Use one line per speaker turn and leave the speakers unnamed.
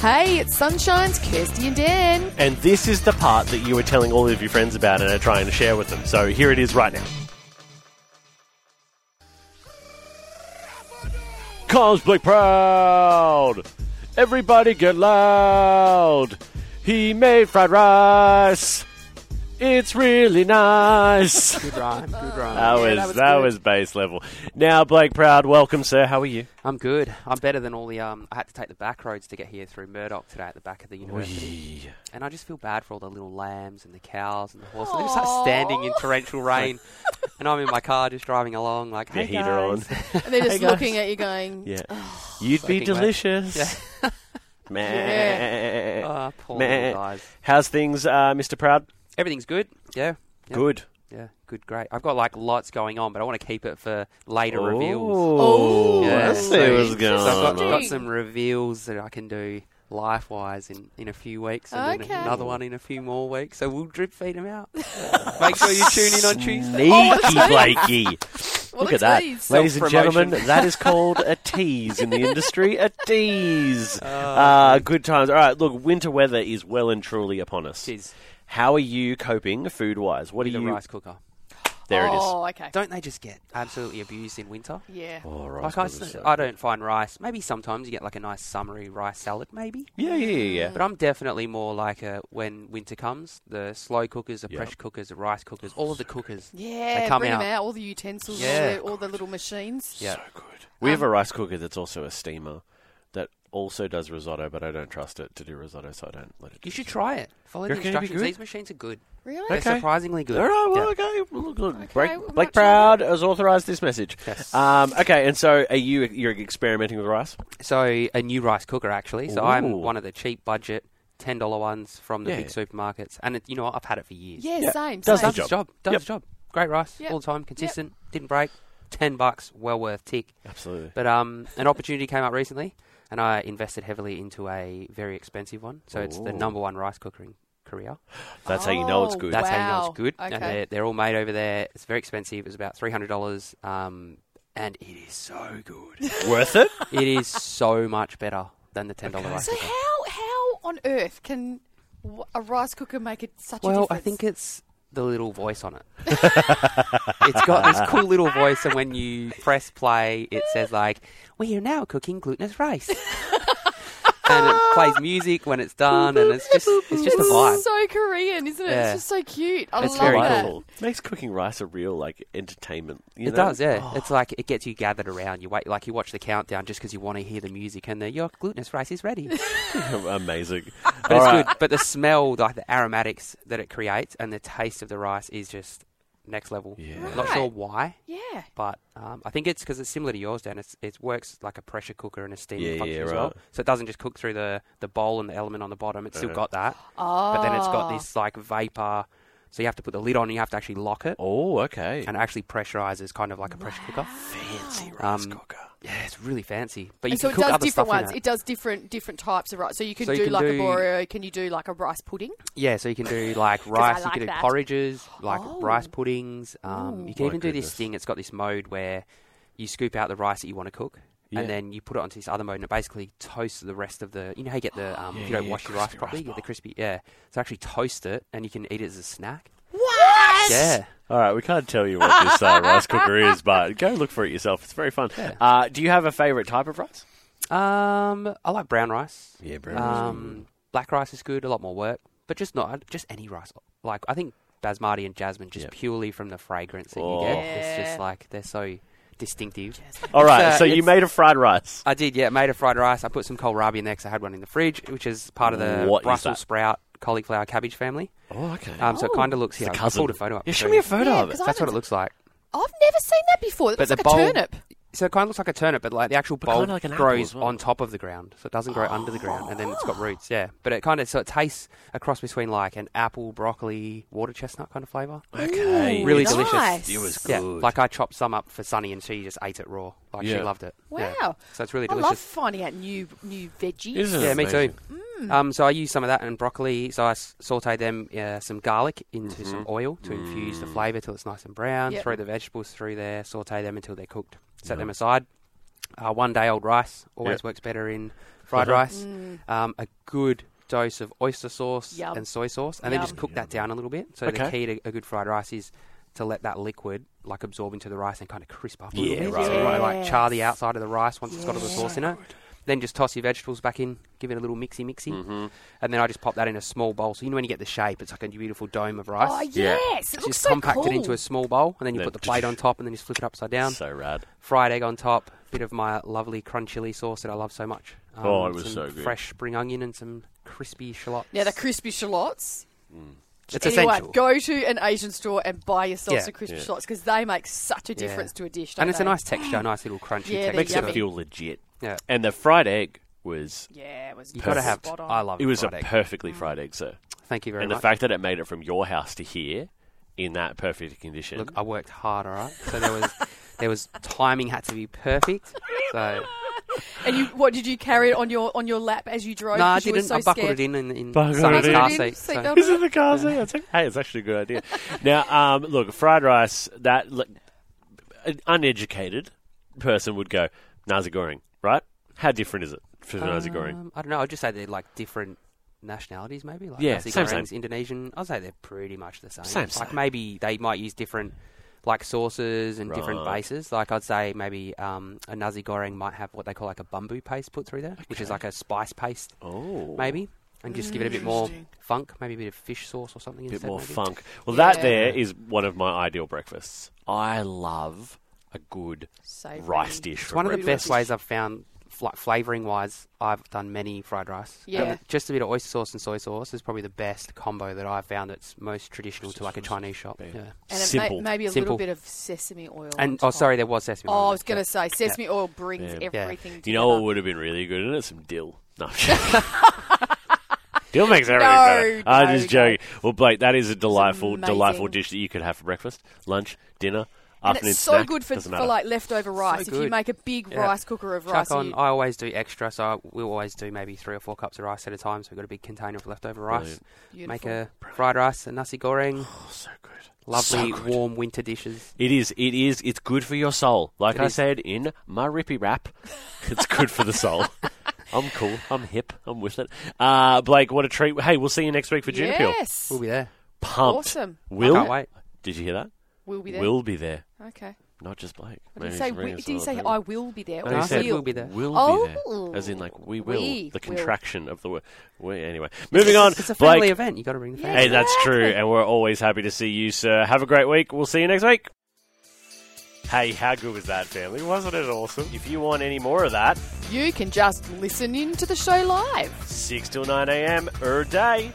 Hey, it's Sunshine's Kirsty and Dan.
And this is the part that you were telling all of your friends about and are trying to share with them. So here it is right now. Cosplay proud. Everybody get loud. He made fried rice. It's really nice.
Good rhyme, good rhyme.
That was that, was, base level. Now, Blake Proud, welcome, sir. How are you?
I'm good. I'm better than all the. Um, I had to take the back roads to get here through Murdoch today at the back of the university, and I just feel bad for all the little lambs and the cows and the horses. They just start standing in torrential rain, and I'm in my car just driving along like,
Your
hey
heater on.
guys.
And they're just
guys.
looking at you going,
Yeah, you'd be
Soaking wet.
delicious.
Yeah. Uh,
Meh.
Oh, poor
Meh.
little guys.
How's things, uh, Mr. Proud?
Everything's good. Yeah. yeah,
Good.
Yeah, good, great. I've got like lots going on, but I want to keep it for later reveals.
Oh,
Yeah,
I see
so-
what's going
so I've got,
on.
got some reveals that I can do life wise in, in a few weeks, and
Okay.
then another one in a few more weeks. So we'll drip feed them out. Make sure you tune in on Tuesday.
Sneaky Blakey.
Oh, what
Look
a
at that.
tease.
Ladies and gentlemen,
Self-promotion.
that is called a tease in the industry. A tease.
Oh,
Uh, good times. All right, look, winter weather is well and truly upon us.
Jeez,
How are you coping food wise? What are
the
you.
rice cooker.
There it is.
oh, okay.
Don't they just get absolutely abused in winter?
yeah.
Oh,
Like
rice
I,
cooker's
s-
so
I
good.
don't find rice. Maybe sometimes you get like a nice summery rice salad, maybe.
Yeah, yeah, yeah. yeah.
But I'm definitely more like a, when winter comes, the slow cookers, the
Yep.
pressure cookers, the rice cookers, all of the cookers.
Yeah,
They come
bring
out.
them out, all the utensils, all,
Yeah.
the, all the little machines.
Yeah. Um,
So good. We have a rice cooker that's also a steamer that also does risotto, but I don't trust it to do risotto, so I don't let it.
You should try it. Follow
You
the
reckon it'd be
instructions.
good?
These machines are good.
Really?
Okay.
They're surprisingly good.
All right, well,
Yeah.
okay. Look, look,
Okay,
Blake,
we're
Blake
not sure.
Proud has authorised this message.
Yes.
Um, okay, and so are you? You're experimenting with rice?
So a new rice cooker actually. So I'm
Ooh.
one of the cheap budget ten dollar ones from the
Yeah.
big supermarkets, and it, you know what? I've had it for years.
Yeah, same.
Does
same.
does its job. Does
Yep.
its job. Great rice
Yep.
all the time, consistent. Didn't break. Ten bucks, well worth tick.
Absolutely.
But um, an opportunity came up recently, and I invested heavily into a very expensive one. So it's the
Ooh.
number one rice cooker in Korea.
That's how you know it's
Oh,
good.
That's how you know
Wow.
it's good. And
Okay.
they're, they're all made over there. It's very expensive. It's about three hundred dollars. Um, and it is so good.
worth it.
it is so much better than the ten dollar rice
So
cooker.
how how on earth can w- a rice cooker make it such a
Well,
difference?
I think it's the little voice on it. it's got this cool little voice, and when you press play, it says like, "We are now cooking glutinous rice," and it plays music when it's done, and it's just it's just a
it's
vibe.
so Korean, isn't it?
Yeah.
It's just so cute. I
It's
love
very
that.
cool.
Makes cooking rice a real like entertainment. you
It
know?
does, yeah.
Oh,
It's like it gets you gathered around. You wait, like you watch the countdown just because you want to hear the music, and the your glutinous rice is ready.
Oh, amazing.
But it's
All right.
good. But the smell, like the aromatics that it creates, and the taste of the rice is just next level.
Yeah.
I'm not sure
Right.
why,
Yeah.
but um, I think it's because it's similar to yours, Dan. It's, it works like a pressure cooker and a steam
Yeah,
function
yeah,
as well.
right.
So it doesn't just cook through the, the bowl and the element on the bottom. It's still
Uh-huh.
got that,
Oh.
but then it's got this like vapor. So you have to put the lid on. and You have to actually lock it,
Oh, okay.
and it actually pressurizes, kind of like a pressure cooker.
fancy rice
Um,
cooker.
Yeah, it's really fancy. But you
And so
can
it
cook
does
other
different
stuff in
ones.
it.
It does different different types of rice. So you can
So you
do
can
like a
do-
Boreo. Can you do like a rice pudding?
Yeah, so you can do like rice, you
like
can do
that.
porridges, like
Oh.
rice puddings. Um, you can
Oh My
even do
goodness.
this thing. It's got this mode where you scoop out the rice that you want to cook,
Yeah.
and then you put it onto this other mode, and it basically toasts the rest of the. You know how you get the um,
Yeah,
if you don't
yeah,
wash your rice
crispy rice
properly, you get the
ball.
crispy. Yeah, so actually toast it, and you can eat it as a snack.
What?
Yeah,
All right, we can't tell you what this uh, rice cooker is, but go look for it yourself. It's very fun. Uh, do you have a favourite type of rice?
um, I like brown rice.
Yeah, brown rice.
Um, black rice is good. A lot more work, but just not uh, just any rice. Like I think basmati and jasmine, just
Yep.
purely from the fragrance that
Oh.
you get, it's
Yeah.
just like they're so distinctive.
All right,
uh,
so you
it's-
made a fried rice.
I did, yeah. Made a fried rice. I put some kohlrabi in there 'cause I had one in the fridge, which is part of the
What is
Brussels
that?
sprout, cauliflower, cabbage family.
Oh, okay.
Um, So it
Oh.
kind of looks here.
the
I
cousin.
pulled a photo up.
Yeah,
for
show
you.
me a photo
Yeah,
of it.
'cause I
That's what
haven't-
it looks like.
I've never seen that before. It looks
But the
like a
bowl-
turnip.
So it kind of looks like a turnip, but like the actual
kinda
bulb
like an apple as
grows
well. Oh.
on top of the ground, so it doesn't grow under the ground, and then it's got roots. Yeah, but it kind of so it tastes a cross between like an apple, broccoli, water chestnut kind of flavour.
Okay.
Really
nice.
delicious.
It was good.
Yeah, like I chopped some up for Sunny, and she just ate it raw. Like she
Yeah.
loved it. Yeah.
Wow.
So it's really
I
delicious.
love finding out new new veggies.
Isn't it
Yeah, me too.
amazing?
Mm.
Um, so I use some of that and broccoli. So I s- saute them, uh, some garlic into
Mm-hmm.
some oil to infuse
Mm.
the flavour till it's nice and brown.
Yep.
Throw the vegetables through there, saute them until they're cooked. Set them aside. Uh, one day old rice always
Yep. Uh-huh.
works better in fried rice, um, a good dose of oyster sauce
Mm. Yum.
and soy sauce, and
Yum.
then just cook that down a little bit. So the
Okay.
key to a good fried rice is to let that liquid like absorb into the rice and kind of crisp up a
Yeah,
little bit.
right,
So you wanna,
right.
like char the outside of the rice once it's got all the
Yes.
sauce in it. Then just toss your vegetables back in, give it a little mixy mixy,
Mm-hmm.
and then I just pop that in a small bowl. So you know when you get the shape, it's like a beautiful dome of rice.
Oh
Yeah.
yes, it looks
just
so
compact
cool.
it into a small bowl, and then you
Then
put the plate on top, and then you flip it upside down.
So rad.
Fried egg on top, bit of my lovely crunchily sauce that I love so much. Um,
Oh, it was
some
so good.
Fresh spring onion and some crispy shallots.
yeah, the crispy shallots.
it's
Anyone,
essential.
go to an Asian store and buy yourself
Yeah.
some crispy
Yeah.
shallots because they make such a
Yeah.
difference to a dish. Don't
and it's a
they?
nice texture, a nice little crunchy
Yeah, they're
Makes
texture.
it
to
yummy.
it.
feel legit.
Yeah,
And the fried egg was.
Yeah, it was.
you got to have.
spot on.
I love
It was a
fried egg.
perfectly fried egg, sir.
Thank you very
and
much.
the fact that it made it from your house to here in that perfect condition.
Look, I worked hard, all right. So there was, there was timing had to be perfect. So
And you, what did you carry it on your on your lap as you drove?
no, I
'Cause you were
didn't.
so
I buckled
scared.
it in in, in
Buckled
Sonny's
it in.
car
Buckled it in,
seat. So.
seatbelt
Is it the car seat? It's like, hey, it's actually a good idea. now, um, look, fried rice, that look, an uneducated person would go, Nazi Goreng, right? How different is it for the Nazi Goreng?
Um, I don't know. I'd just say they're like different nationalities, maybe. Like
Yeah,
Nasi
same,
Gorengs,
same.
Indonesian. I'd say they're pretty much the same.
Same,
like
same.
maybe they might use different like sauces and different
Right.
bases. Like I'd say maybe um, a nasi goreng might have what they call like a bumbu paste put through there, which is like a spice paste,
Oh.
maybe, and just give it a bit more funk, maybe a bit of fish sauce or something.
A bit
instead,
more
maybe.
funk. Well, that
Yeah.
there is one of my ideal breakfasts. I love a good
Savory.
rice dish.
It's
for
one of the
breakfast.
best ways I've found, fl- flavouring wise. I've done many fried rice.
Yeah.
And Just a bit of oyster sauce and soy sauce is probably the best combo that I've found that's most traditional to like a Chinese shop.
big.
Yeah.
And it
Simple.
May, maybe a
Simple.
little bit of sesame oil. on
And oh,
top.
sorry, there was sesame.
Oh,
oil.
I was going
Yeah.
to say sesame oil brings
Yeah.
Yeah.
everything.
You know what
together.
would have been really good in it? Some dill. No. I'm joking. dill makes everything
No,
better. I'm
no,
just
no.
joking. Well, Blake, that is a delightful,
amazing.
delightful dish that you could have for breakfast, lunch, dinner,
And
afternoon
it's so
snack.
good for,
Doesn't
for
matter.
like leftover rice. if you
good.
make a big
Yeah.
rice cooker of rice,
Chuck on.
you-
I always do extra, so I will always do maybe three or four cups of rice at a time. So we've got a big container of leftover rice.
Brilliant.
Make a fried rice, a nasi goreng,
Oh, so good.
lovely
So good.
warm winter dishes.
It is. It is. It's good for your soul. Like
It
I
is.
said in my rippy rap, it's good for the soul. I'm cool. I'm hip. I'm with it. Uh, Blake, what a treat. Hey, we'll see you next week for Juniper.
yes,
We'll be there.
Pumped.
Awesome.
Will.
Can't wait.
Did you hear that?
we'll be there.
Will be there.
Okay.
Not just Blake.
Did you
Maybe
say?
he's bringing
We,
us
did you
another
say
thing.
I will be there?
No,
or
he said
will?
we'll be there.
Will be
Oh.
there. As in, like, we will.
We
the
will.
contraction of the word. We, anyway, moving on.
It's a family
Blake.
event. You got to bring the family.
Hey, that's true. And we're always happy to see you, sir. Have a great week. We'll see you next week. Hey, how good was that, family? Wasn't it awesome? If you want any more of that,
You can just listen in to the show live.
6 till 9 a.m. er day.